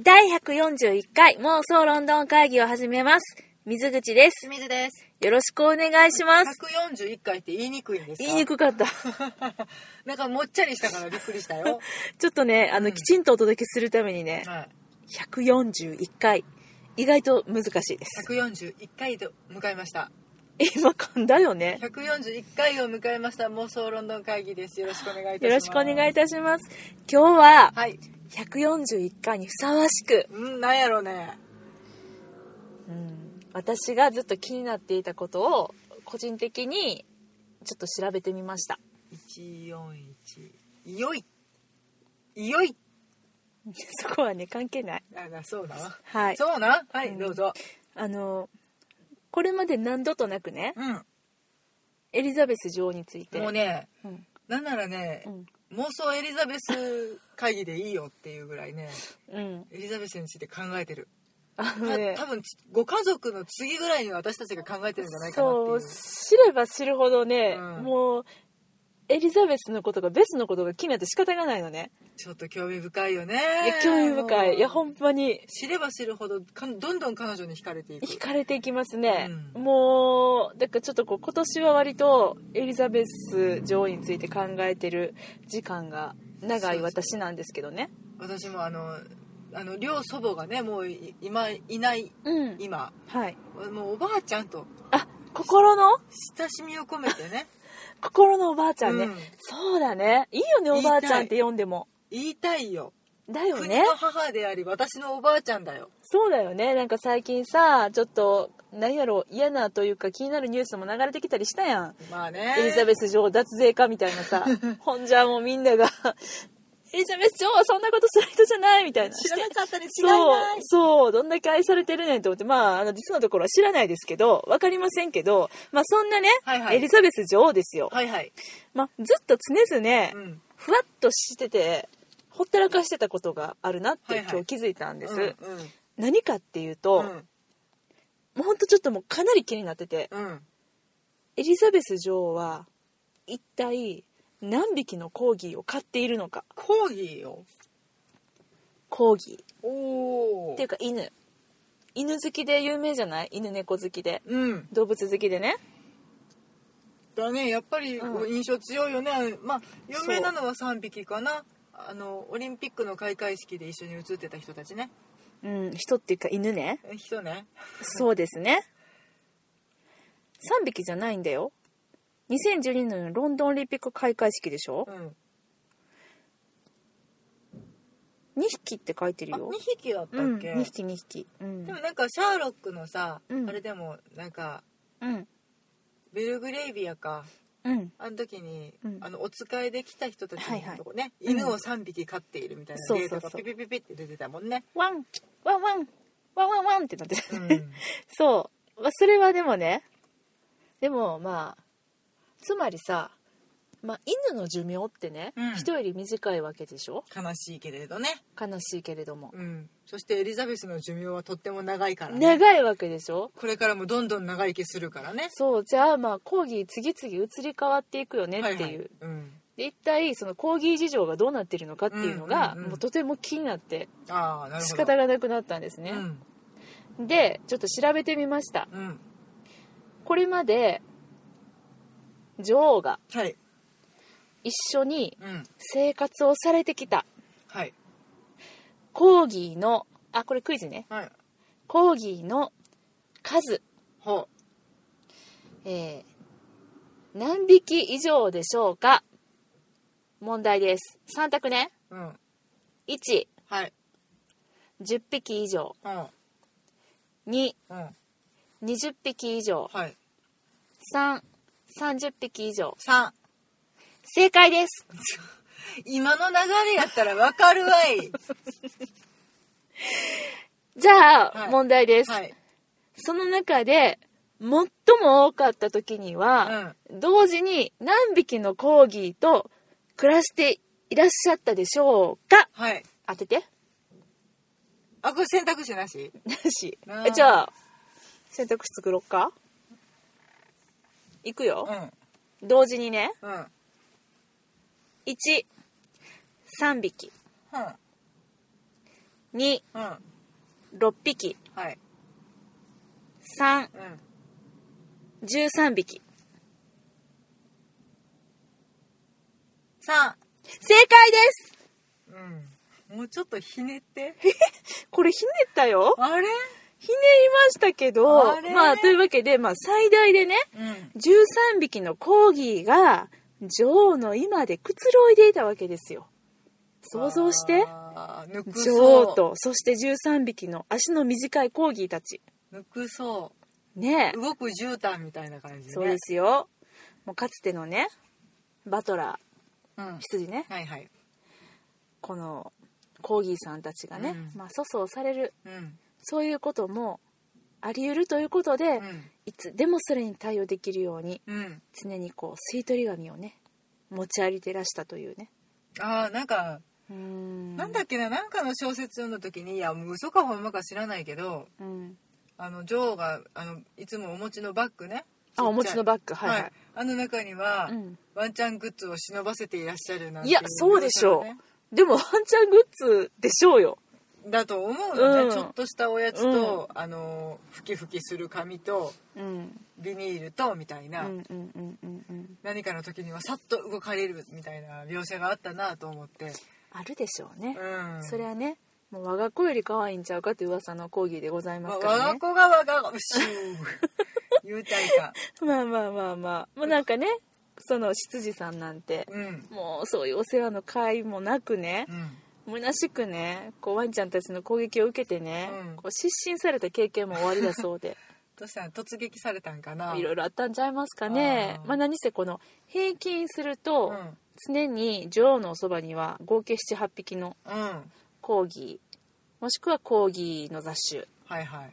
第141回妄想ロンドン会議を始めます。水口です。清水です。よろしくお願いします。 141回って言いにくいんですか言いにくかった。 なんかもっちゃりしたからびっくりしたよ。 ちょっとね、あの、うんきちんとお届けするためにね、はい。 141回、意外と難しいです。 141回と迎えました。今噛んだよね。 141回を迎えました妄想ロンドン会議です。よろしくお願いいたよしろます。しくお願いいたします。今日は、はい。 141回にふさわしく、うん、なんやろね。うん私がずっと気になっていたことを、個人的に、ちょっと調べてみま した。 141。いよい。いよい。そこはね、関係ない。あ、なそうだわ。はい。そうなんはうい、んどうぞ。あのこれまで何度となくねうん。エリザベス女王についてもうね、うんなんならねう、ん妄想エリザベス会議でいいよっていうぐらいね、うんエリザベスについて考えてる。あのねた多分つご家族の次ぐらいに私たちが考えてるんじゃないかなっていそうう知れば知るほどね、うんもうエリザベスのことがベスのことが気になって仕方がないのね、ちょっと興味深いよねいや興味深もういいやほんまに知れば知るほどかんどんどん彼女に惹かれていく惹かれていきますね、うんもうだからちょっとこう今年は割とエリザベス女王について考えてる時間が長い私なんですけどね私もあのあの両祖母がねもうい今いないうん今はいもうおばあちゃんとあ心の親しみを込めて ね心のおばあちゃんね、うんそうだねいいよねおばあちゃんって呼んでも言いたいよだよ国ねの母であり私のおばあちゃんだよそうだよねなんか最近さちょっと何やろ嫌なというか気になるニュースも流れてきたりしたやん、まあねエリザベス女王脱税かみたいな さほんじゃもうみんなが エリザベス女王はそんなことする人じゃないみたいな知らなかったに違いそうないそうどんだけ愛されてるねんと思ってまああの実のところは知らないですけどわかりませんけどまあそんなね、はいはいエリザベス女王ですよ、はいはい、まあ、ずっと常々、うん、ふわっとしててほったらかしてたことがあるなって、はいはい今日気づいたんです、うんうん何かっていうと、もうほんとちょっともうかなり気になっててうんうんエリザベス女王は一体何匹のコーギーを飼っているのかコーギーよコーギーおおっていうか犬犬好きで有名じゃない犬猫好きでうん動物好きでねだねやっぱりうん印象強いよね、まあ有名なのは3匹かなあのオリンピックの開会式で一緒に写ってた人たちねうん人っていうか犬ねえ人ねそうですね3匹じゃないんだよ2012年のロンドンオリンピック開会式でしょうん2匹って書いてるあよ2匹だったうっん、け、 2匹2匹うんでもなんかシャーロックのさ、うんあれでもなんかうんベルグレイビアかうんあの時に、うんあのお使いで来た人たちはいはのいとこね、うん犬を3匹飼っているみたいそなうデーそうタそうがピピピピって出てた もんねワンワンワンワンワンワンってなってた、 うんそう、まあ、それはでもねでもまあつまりさ、まあ、犬の寿命ってね、うん人より短いわけでしょ悲しいけれどね、悲しいけれども、うん、そしてエリザベスの寿命はとっても長いからね長いわけでしょこれからもどんどん長生きするからねそうじゃあまあコーギー次々移り変わっていくよねっていう、はいはいうん、で一体そのコーギー事情がどうなってるのかっていうのが、うんうんうんもうとても気になってああなるほど仕方がなくなったんですね、うんでちょっと調べてみましたうんこれまで女王がはい一緒にうん生活をされてきたはいコーギーのあこれクイズねはいコーギーの数、ほえー何匹以上でしょうか問題です3択ねううん110はい匹以上うん220うん匹以上はい330匹以上三正解です今の流れやったらわかるわ いじゃあ、はい問題です、はいその中で最も多かった時には、うん同時に何匹のコーギーと暮らしていらっしゃったでしょうかはい当ててあこれ選択肢なしなしあえ ーじゃあ選択肢作ろっかいくうよ、ん同時にねうんうん13匹2うんは6匹い3うん13匹3正解ですうんもうちょっとひねってこれひねったよあれひねりましたけどあれまあというわけで、まあ、最大でねうん13匹のコーギーが女王の今でくつろいでいたわけですよ想像してあー抜く女王そうとそして13匹の足の短いコーギーたち抜くそねう動く絨毯みたいな感えじねそうですよもうかつてのねバトラうんー羊ねはいはいこのコーギーさんたちがね、うんまあ粗相されるうんそういうこともあり得るということで、うんいつでもそれに対応できるようにうん常にこう吸い取り紙をね持ち歩いてらしたというねあーなんかうーんなんだっけななんかの小説読んだ時にいやもう嘘かほんまか知らないけどうんあの女王があのいつもお持ちのバッグねあお持ちのババッッグはいはい、あの中には、うんワンちゃんグッズを忍ばせていらっしゃるなんていやうそうでしょう噂がねでもワンちゃんグッズでしょうよだと思うのね、うんちょっとしたおやつと、あのふきふきする紙とうんビニールとみたいうんな、うんうんうんうん何かの時にはさっと動かれるみたいな描写があったなと思って、あるでしょうね、うん、それはねもう我が子より可愛いんちゃうかという噂の講義でございまますあからね、我が子が我が子うしゅう言うたい かまあまあまあまあもうなんかねその執事さんなんてうんもうそういうお世話の甲斐もなくねうん虚しくねこうワンちゃんたちの攻撃を受けてね、うんこう失神された経験も終わりだそうでどうしたら突撃されたんかないろいろあったんちゃいますかねあーまあ何せこの平均すると、うん常に女王のおそばには合計78匹のうんコーギーもしくはコーギーの雑種はいはい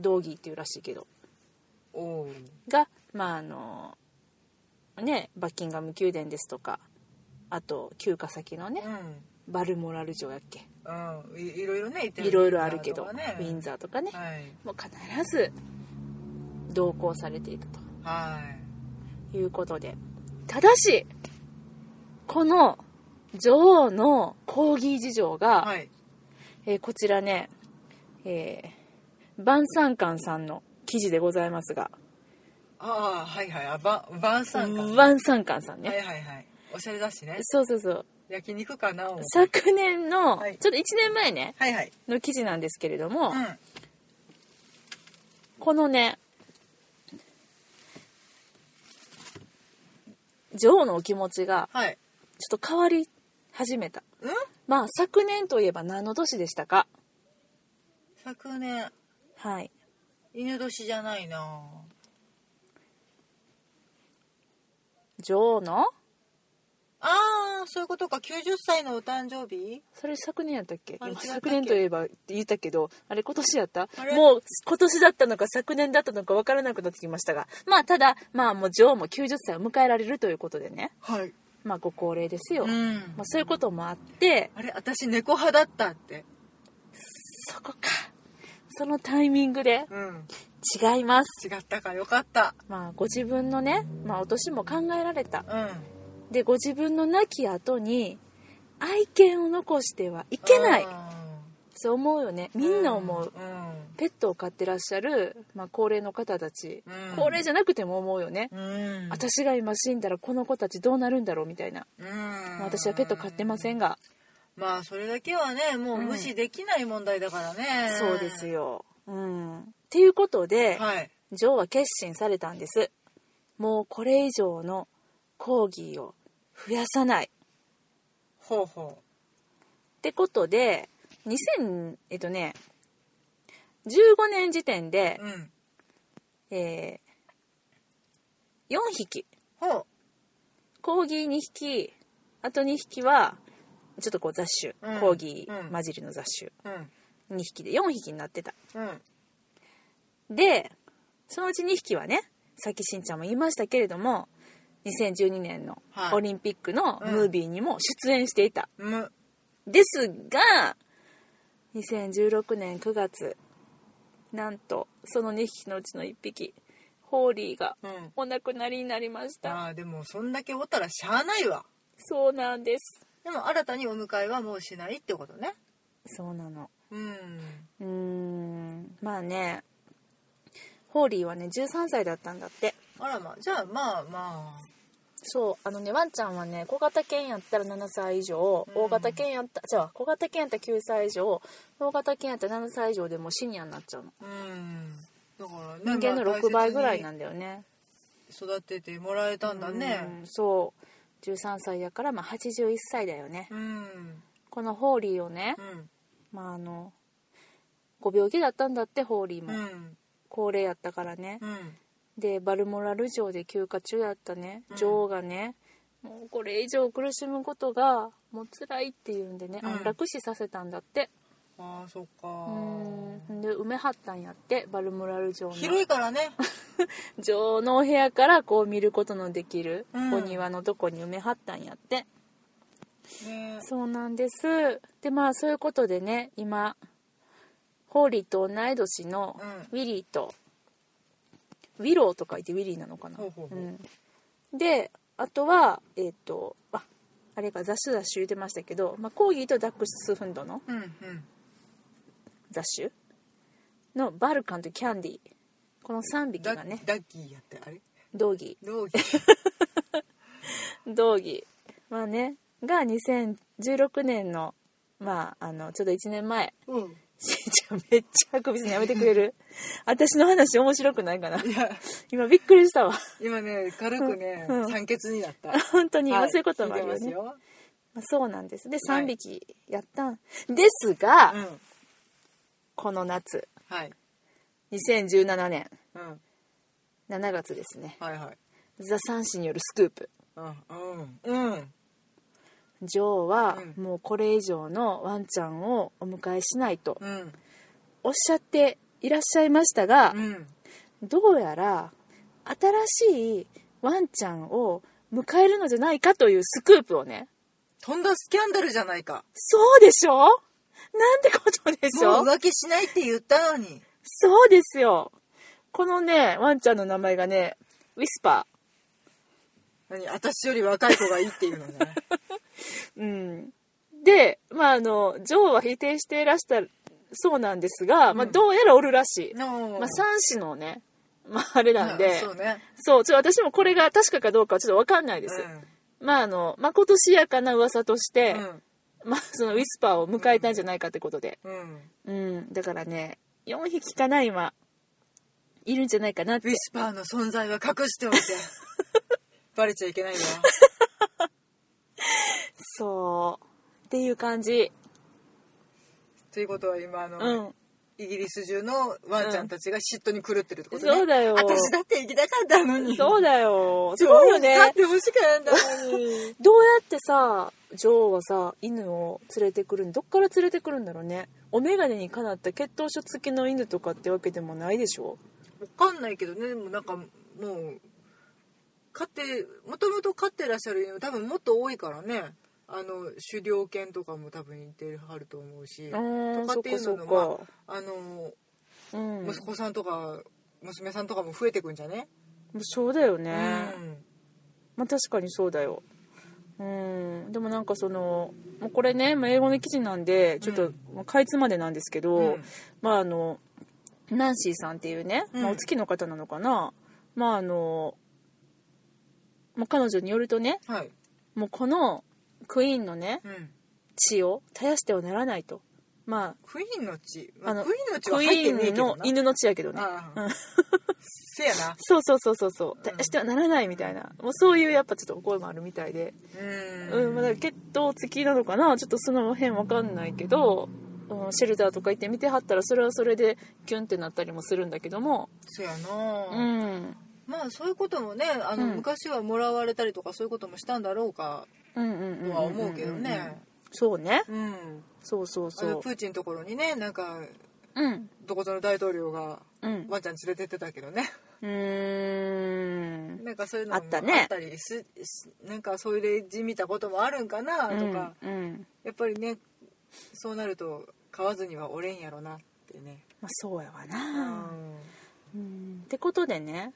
道ギーっていうらしいけどおおがまああのねバッキンガム宮殿ですとかあと休暇先のねうバルモラル城やっけんうんいいろいろね言っていろいろあるけど、ウィウィンザザーとかねーと、かねもう必ず同行されていたはいはいということでただしこの女王の抗議事情が、はいえーこちらね、えー、晩餐館さんの記事でございますがああはいはいあば晩餐か晩餐館さんね、はいはいはいおしゃれだしねそうそうそう焼肉かなお昨年の、はいちょっと1年前ねはいはいの記事なんですけれども、うんこのね女王のお気持ちがはいちょっと変わり始めたうんまあ昨年といえば何の年でしたか昨年はい犬年じゃないな女王のああそういうことか90歳のお誕生日それ昨年やったっけあれ今違ったっけ昨年といえば言ったけどあれ今年やったあれもう今年だったのか昨年だったのか分からなくなってきましたがまあただまあもう女王も90歳を迎えられるということでねはいまあご高齢ですよ、うまんあ、そういうこともあってあれ私猫派だったってそこかそのタイミングでうん違います違ったかよかったまあご自分のね、まあ、お年も考えられたうんでご自分の亡き後に愛犬を残してはいけないあそう思うよねーみんな思う、うんペットを飼ってらっしゃる、まあ、高齢の方たち、うん高齢じゃなくても思うよね、うん私が今死んだらこの子たちどうなるんだろうみたいな、うんまあ私はペット飼ってませんが、まあそれだけはねもう無視できない問題だからね、そうですようんっていうことで、はい女王は決心されたんですもうこれ以上のコーギーを増やさないっほうほてことで2000えっとね15年時点でう、うんえ4匹ほコーギー2匹あと2匹はちょっとこう雑種、うんコーギうーん混じりの雑種ううん2匹で4匹になってたうんでそのうち2匹はねさっきしんちゃんも言いましたけれども2012年のはいオリンピックのうんムービーにも出演していた、むですが2016年9月なんとその2匹のうちの1匹ホーリーがうんお亡くなりになりました、ああでもそんだけおったらしゃあないわそうなんですでも新たにお迎えはもうしないってことねそうなのうんうーんまあねホーリーはね13歳だったんだってあらまあじゃあまあまあそうあのねワンちゃんはね小型犬やったら7歳以上、うん大型犬やったじゃあ小型犬やったら9歳以上大型犬やったら7歳以上でもうシニアになっちゃうのうんだから、ね、人間のまあ6倍ぐらいな大んだよね切に育ててもらえたんだねうんそう13歳やからまあ81歳だよね、うんこのホーリーをねう、んまああのご病気だったんだってホーリーうも、ん高齢やったからね、うんでバルモラル城で休暇中だったねうん女王がね、もうこれ以上苦しむことがもう辛いっていうんでね、うん安楽死させたんだってああそっうかんで埋めはったんやってバルモラル城の広いから ね女王のお部屋からこう見ることのできるうんお庭のとこに埋めはったんやって、ねそうなんですでまあそういうことでね今ホーリーと同い年のウィリーと、ウィローと書いてウィリーなのかなほうほうほううん、であとはえっ、とああれか雑種雑種言ってましたけど、まあ、コーギーとダックスフンドのうんうん雑種のバルカンとキャンディーこの3匹ダがねッダッキーやってあれ道義どうぎ道義まあねが2016年のまああのちょっと1年前うんしーちゃんめっちゃあくびするのやめてくれ る私の話面白くないかないや今びっくりしたわ今ね軽くねうん酸欠になった本当に今 はそういうこともある聞よいてますね、よまあそうなんですではい3匹やったんですが、うんこの夏はい2017年うん7月ですねはいはいザ・三氏によるスクープうんうんうん女王はうもうこれ以上のワンちゃんをお迎えしないとうんおっしゃっていらっしゃいましたがうんどうやら新しいワンちゃんを迎えるのじゃないかというスクープをねとんだスキャンダルじゃないかそうでしょなんてことでしもょう浮気しないって言ったのにそうですよこのねワンちゃんの名前がねウィスパ何私より若い子がいいっていうのねーうんでまああの女王は否定していらしたそうなんですが、まあ、うんどうやらおるらしい のまあ、三子のね、まあ、あれなんで、そうねそう、ちょっと私もこれが確かかどうかはちょっとわかんないです。まあ、あの、まことしやかな噂としてう、んまあ、そのウィスパーを迎えたんじゃないかってことで。うんうんうん、だからね、4匹かな、今、いるんじゃないかなっウてィ。スパーの存在は隠して おいてバレちゃいけないよそう。っていう感じ。ということは今あの、うん。イギリス中のワンちゃんたちが嫉妬に狂ってるってことね、そうだよ私だって行きたかったのにそうだ よ。すごいよだっね。て欲しかったのにどうやってさ、女王はさ、犬を連れてくるんどっから連れてくるんだろうね。お眼鏡にかなった血統書付きの犬とかってわけでもないでしょわかんないけどねでもなんかもう飼ってもともと飼ってらっしゃる犬多分もっと多いからねあの狩猟犬とかも多分いてはると思うしうーんとかっていうのそのっかそっかまああのうん、も息子さんとか娘さんとかも増えてくんじゃね、うそうだよね、うんまあ確かにそうだようんでもなんかそのもうこれね、まあ、英語の記事なんでちょっうとんまあかいつまでなんですけど、うんまああのナンシーさんっていうね、うんまあ、お月の方なのかなまああの、まあ、彼女によるとねはい、もうこのクイーンのねうん、血を絶やしてはならないとまクイーンの血、あ、あまのあ、クイーンの血はクイ入ってねえーけンどのな犬の血やけどねあうあんせやなそうそうそうそうそう、うんしてはならないみたいなもうそういうやっぱちょっとお声もあるみたいで、ううんまあ、だから血統付きなのかなちょっとその辺わかんないけど、うん、シェルターとか行って見てはったらそれはそれでキュンってなったりもするんだけどもそやうな、ん、まあそういうこともねあの、うん昔はもらわれたりとかそういうこともしたんだろうかうんうんうんとは思うけどんうんねそうねうん、そうそうあそのうプーチンのところにねなんかうんどこぞの大統領がうんワンちゃん連れてってたけどね うーんなんかそういうのもあったねあったりすすなんかそういう例示見たこともあるんかなとか、やうんうんっぱりねそうなると買わずにはおれんやろなってね、まあ、そうやわうな、ん、うんってことでね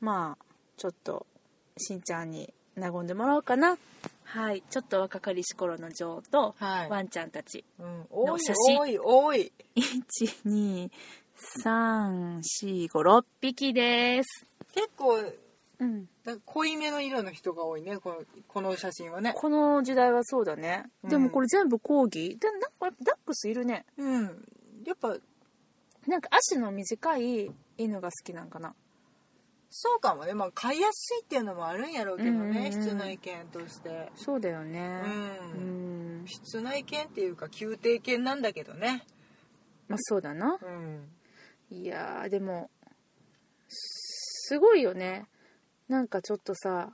まあちょっとしんちゃんに和んでもらおうかなはいちょっと若かりし頃の女王と、はいワンちゃんたちうん、多い写真多い多い12345匹です、結構うん、なんか濃いめの色の人が多いねこのこの写真はねこの時代はそうだね、うんでもこれ全部コーギーでなんかダックスいるねうんやっぱなんか足の短い犬が好きなんかなそうかもね、まあ、買いやすいっていうのもあるんやろうけどうんうんうね、ん室内犬としてそうだよう、ねうんん室内犬っていうか宮廷犬なんだけどねまあそうだなうんいやーでもすごいよねなんかちょっとさ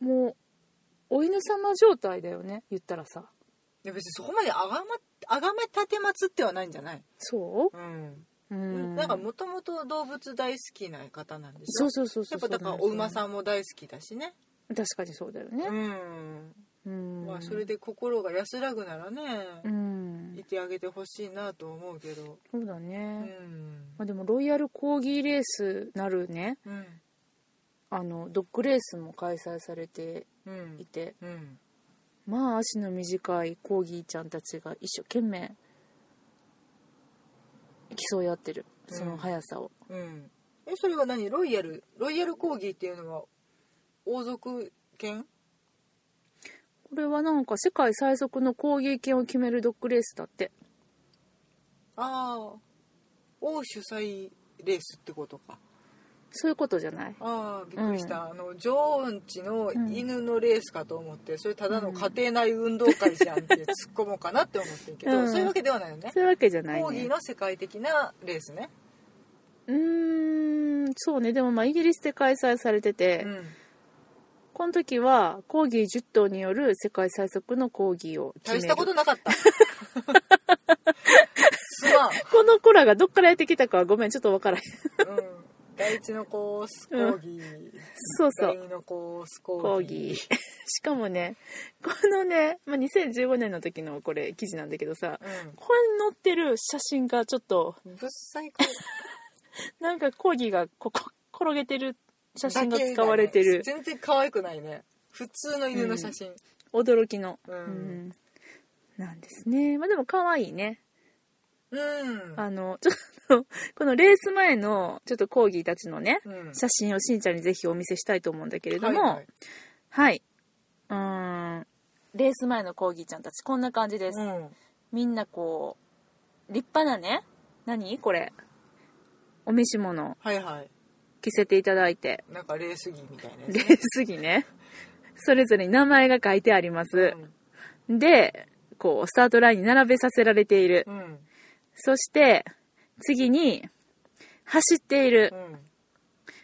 もうお犬様状態だよね言ったらさいや別にそこまであがまあがめたてまつってはないんじゃないそうん、ううんなんかもともと動物大好きな方なんでしそょうそうそうそやうっぱだからお馬んさんも大好きだしね確かにそうだようねん、うんまあそれで心が安らぐならね、うんいてあげてほしいなと思うけどそうだうねんまあでもロイヤルコーギーレースなるねうんあのドッグレースも開催されてういんてうんまあ足の短いコーギーちゃんたちが一生懸命競い合ってるその速さを、うんえそれは何ロイヤルロイヤルコーギーっていうのは王族犬これはなんか世界最速のコーギー犬を決めるドッグレースだってああ王主催レースってことかそういうことじゃないああびっくりした、あの女王んちの犬のレースかと思ってそれただの家庭内運動会じゃんって突っ込もうかなって思ってるけど、うんそういうわけではないよねそういうわけじゃないコーギーねの世界的なレースね、うーんそうねでもまあイギリスで開催されてて、うん、この時はコーギー10頭による世界最速のコーギーを決め大るしたことなかった すまんこの子らがどっからやってきたかはごめんちょっとわからへんうん第一のコースコーギー、そうそう第二のコースココーーギーギー しかもねこのね、まあ、2015年の時のこれ記事なんだけどさこれに載ってる写真がちょっとうんぶっさいコーなんかコーギーがここ転げてる写真がだけ使われてる全然可愛くないね普通の犬の写真、驚きの、うんうんなんですねまあでも可愛いねうんあのちょっと このレース前のちょっとコーギーたちのねうん写真をしんちゃんにぜひお見せしたいと思うんだけれども、はいはいはい。うーん。レース前のコーギーちゃんたち、こんな感じです。うんみんなこう、立派なね、何これ。お召し物はいはい着せていただいて、なんかレース着みたいなやつレース着ね、それぞれに名前が書いてあります。で、こう、スタートラインに並べさせられているう。んうんそして、次に、走っているう。ん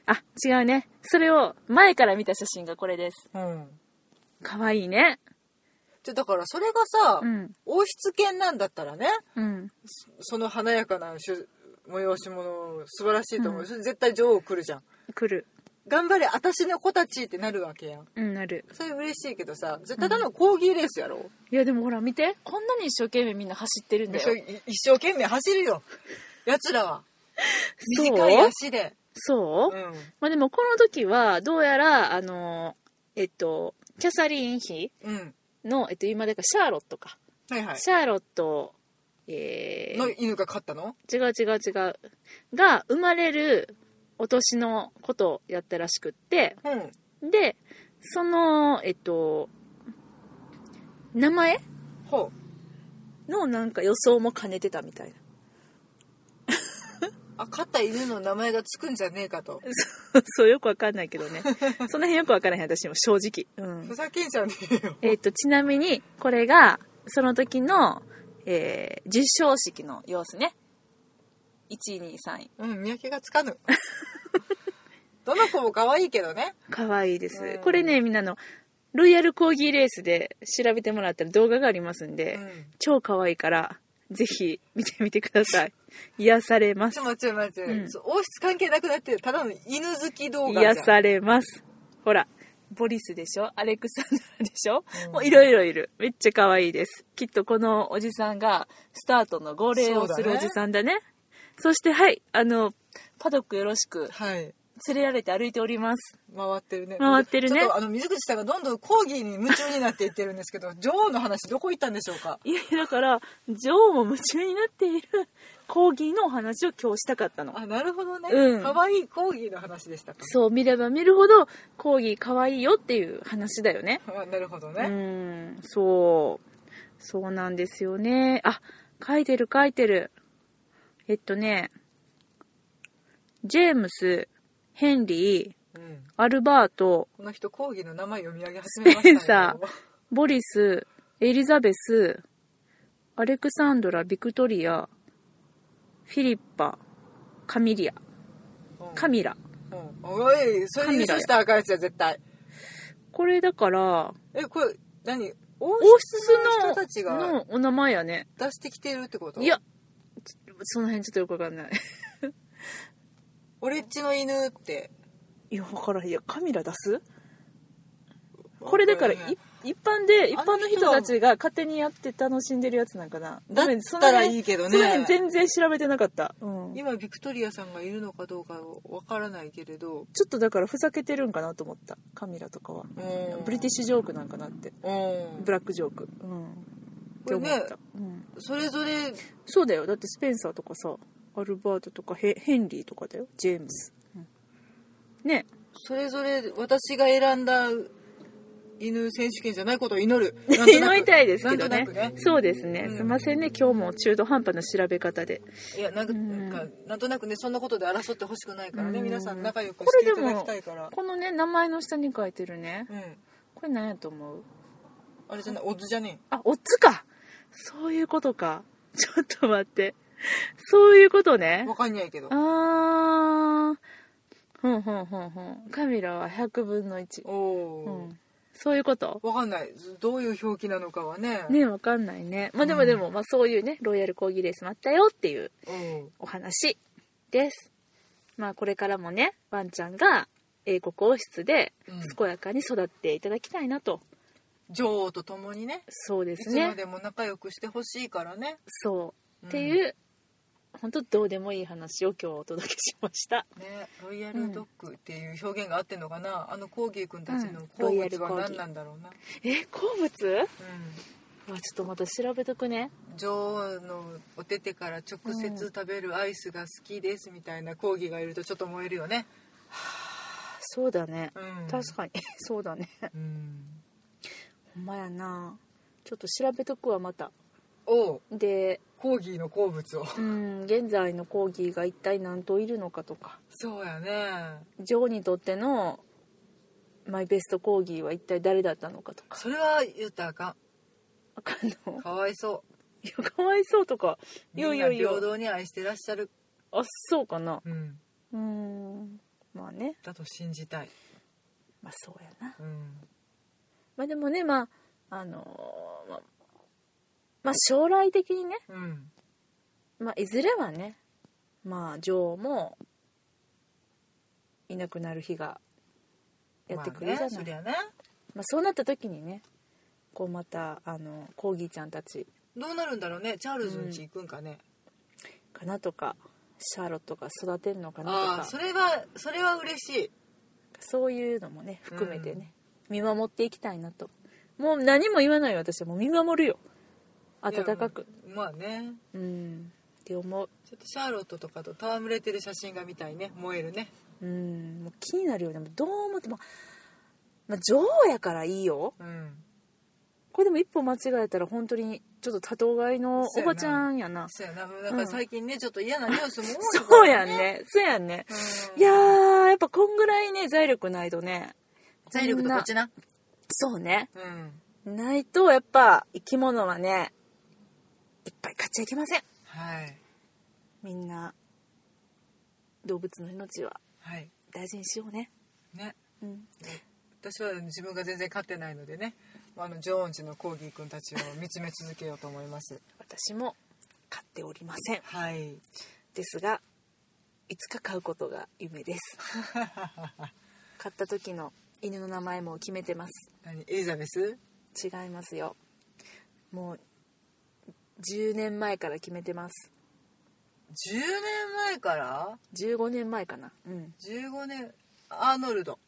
あ、違うね。それを前から見た写真がこれです。うんかわいいね。でだからそれがさ、うん。王室犬なんだったらねうん。その華やかなしゅ催し物素晴らしいと思う、それ絶対女王来るじゃん来る。頑張れ私の子たちってなるわけやんうん、なる。それ嬉しいけどさそれただのコーギーレースやろ、いやでもほら見てこんなに一生懸命みんな走ってるんだそれよい一生懸命走るよやつらはそう短い足でそう、うんまあでもこの時はどうやらあのえっとキャサリン妃うんの、えっと、今だからシャーロットか、はいはいシャーロット、えーの犬が勝ったの違う違う違うが生まれるお年のことをやったらしくってうんでそのえっと名前ほうのなんか予想も兼ねてたみたいなあ勝った犬の名前がつくんじゃねえかとそうよくわかんない けどねその辺よくわからへん私も正直うんふざけんじゃねえよえっ、と、ちなみに、これが、その時の、えー、実証式の様子ね。1位、2位、3位。うん見分けがつかぬ どの子も可愛いけどねかわいいでうすん。これね、みんなの、ロイヤルコーギーレースで調べてもらったら動画がありますんで、うん超かわいいから、ぜひ見てみてください。癒されまちすょ。待って待って、うんそう王室関係なくなってただの犬好き動画じゃん癒されます。ほら、ボリスでしょアレクサンダーでしょ、うんもういろいろいる。めっちゃ可愛いです。きっとこのおじさんがスタートの号令をすそうだるねおじさんだね。そしてはい、あの、パドックよろしく。はい連れられて歩いております回ってるね回ってるねちょっとあの水口さんがどんどん講義に夢中になっていってるんですけど女王の話どこ行ったんでしょうかいやいやだから女王も夢中になっているコーギーのお話を今日したかったのあなるほどね、うんかわいい講義の話でしたかそう見れば見るほどコーギー可愛いよっていう話だよねあなるほどうね、んそうそうなんですよねあ書いてる書いてるえっとねジェームスヘンリーうんアルバートこの人講義の名前読み上げ始めましスたねペンサーボリスエリザベスアレクサンドラビクトリアフィリッパカミリアうんカミラうんおいそれに嘘したらあかんやつや絶対これだからえこれ何王王室の人た室ちのがのお名前やね出してきてるってこといやちその辺ちょっとよくわかんない俺っちの犬っていやわからんいやカミラ出すこれだからい一般で一般の人たちが勝手にやって楽しんでるやつなんかなだごめっんそのたら辺いいけどその辺ね全然調べてなかった、うん今ビクトリアさんがいるのかどうかわからないけれどちょっとだからふざけてるんかなと思ったカミラとかはブリティッシュジョークなんかなってうんブラックジョークうんって思った、うん、それぞれそうだよだってスペンサーとかさアルバートとかヘヘンリーとかだよジェームス、うんねそれぞれ私が選んだ犬選手権じゃないことを祈 る祈りたいですけどなねんとなくねそうですね、うんすいませんね今日も中途半端な調べ方でいやなんかうんなんかなんとなくねそんなことで争ってほしくないからねうん皆さん仲良くこしてれいでたもだきたいからこのね名前の下に書いてるねうんこれ何やと思うあれじゃないオッズじゃねあオッズかそういうことかちょっと待ってそういうことえねわかんないけどあーほんほんほんほんカミラは100分の1おうおんそういうことわかんないどういう表記なのかはねねわかんないねまあでもでも、まあそういうねロイヤルコーギーレースもあったよっていううんお話ですまあこれからもねワンちゃんが英国王室でうん健やかに育っていただきたいなと、女王と共にねそうでいすつまねでも仲良くしてほしいからねそうってうんいう、本当どうでもいい話を今日はお届けしましたね、ロイヤルドッグっていう表現が合ってんのかな、あのコーギー君たちうのん好ロイヤル物コーはギー何なんだろうな、え好物ううわちょっとまた調べとくねん、女王のお手手から直接食べるアイスが好きですみたいなコーギーがいるとちょっと燃えるよね、そうだねうん、確かに そうだねうん、ほんまやなちょっと調べとくわまたをでコーギーの好物を うん現在のコーギーが一体何頭いるのかとかそうやねジョーにとってのマイベストコーギーは一体誰だったのかとかそれは言ったらあかあかんのんかわいそ ういやかわいそうとかいみやいんなやいや平等に愛してらっしゃる、あそうかなうん、うーんまあねだと信じたい、まあそうやなうん、まあでもねまああのーまあまあ将来的にね、うん、まあ、いずれはねまあ女王もいなくなる日がやってくるじゃない、まあね、そりゃねまあ、そうなった時にねこうまたあのコーギーちゃんたちどうなるんだろうねチャールズん家行くんかね、かなとかシャーロットが育てるのかなあとあかそそれはそれは嬉しいういうのもね含めてね、見守っていきたいなともう何も言わないよ私はもう見守るよ温かくいやまあねうんって思うちょっとシャーロットとかと戯れてる写真が見たいね燃えるねうんもう気になるよねもうどう思っても、まあ、女王やからいいようんこれでも一歩間違えたら本当にちょっと多頭飼いのおばちゃんやなそうやななんか最近ね、ちょっと嫌なニュースも多いか そうらやんねそうやんねうんいやーやっぱこんぐらいね財力ないとね財力とこっちなそうねうんないとやっぱ生き物はねいっぱい買っちゃいけませんはいみんな動物の命ははい大事にしようねねうん私は自分が全然飼ってないのでねあのジョーンズのコーギー君たちを見つめ続けようと思います私も飼っておりませんはいですがいつか飼うことが夢 です飼った時の犬の名前も決めてます何エリザベス違いますよもう10年前から決めてます10年前から15年前かなうん15年アーノルド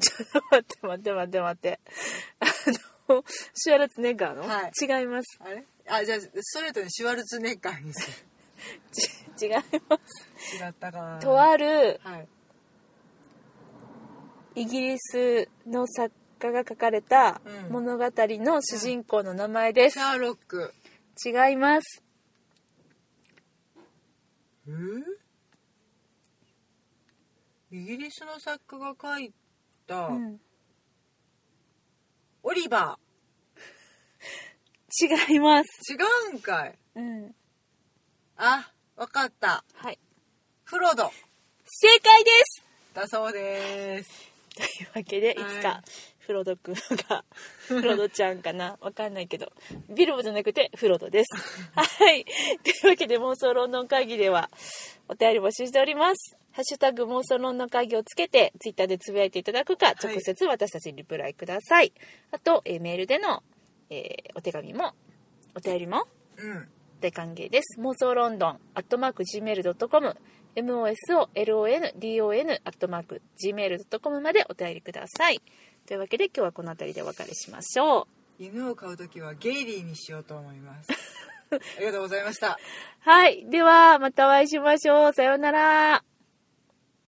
ちょっと待って待って待って待ってあのシュワルツェネッガーの、はい違いますあれあじゃあストレートにシュワルツェネッガーにすち 違いまする違ったかなとあるはいイギリスの作家が書かれたうん物語の主人公の名前ですシ、ャーロック違いますえーイギリスの作家が書いた、うんオリバ違いますー違うんかいうんあわかったはいフロド正解ですだそうです というわけでいはいつかフロドくん がフロドちゃんかなわかんないけどビルボじゃなくてフロドです はいというわけで妄想論の会議ではお便り募集しておりますハッシュタグ妄想論の会議をつけてツイッターでつぶやいていただくかい直接私たちにリプライください、あと、えーメールでの、えーお手紙もお便りもうん大歓迎です。妄想ロンドン、アットマーク Gmail.com、MOSOLONDON、アットマーク Gmail.com までお便りください。というわけで今日はこの辺りでお別れしましょう。犬を飼うときはゲイリーにしようと思います ありがとうございましたはい。では、またお会いしましょう。さようなら。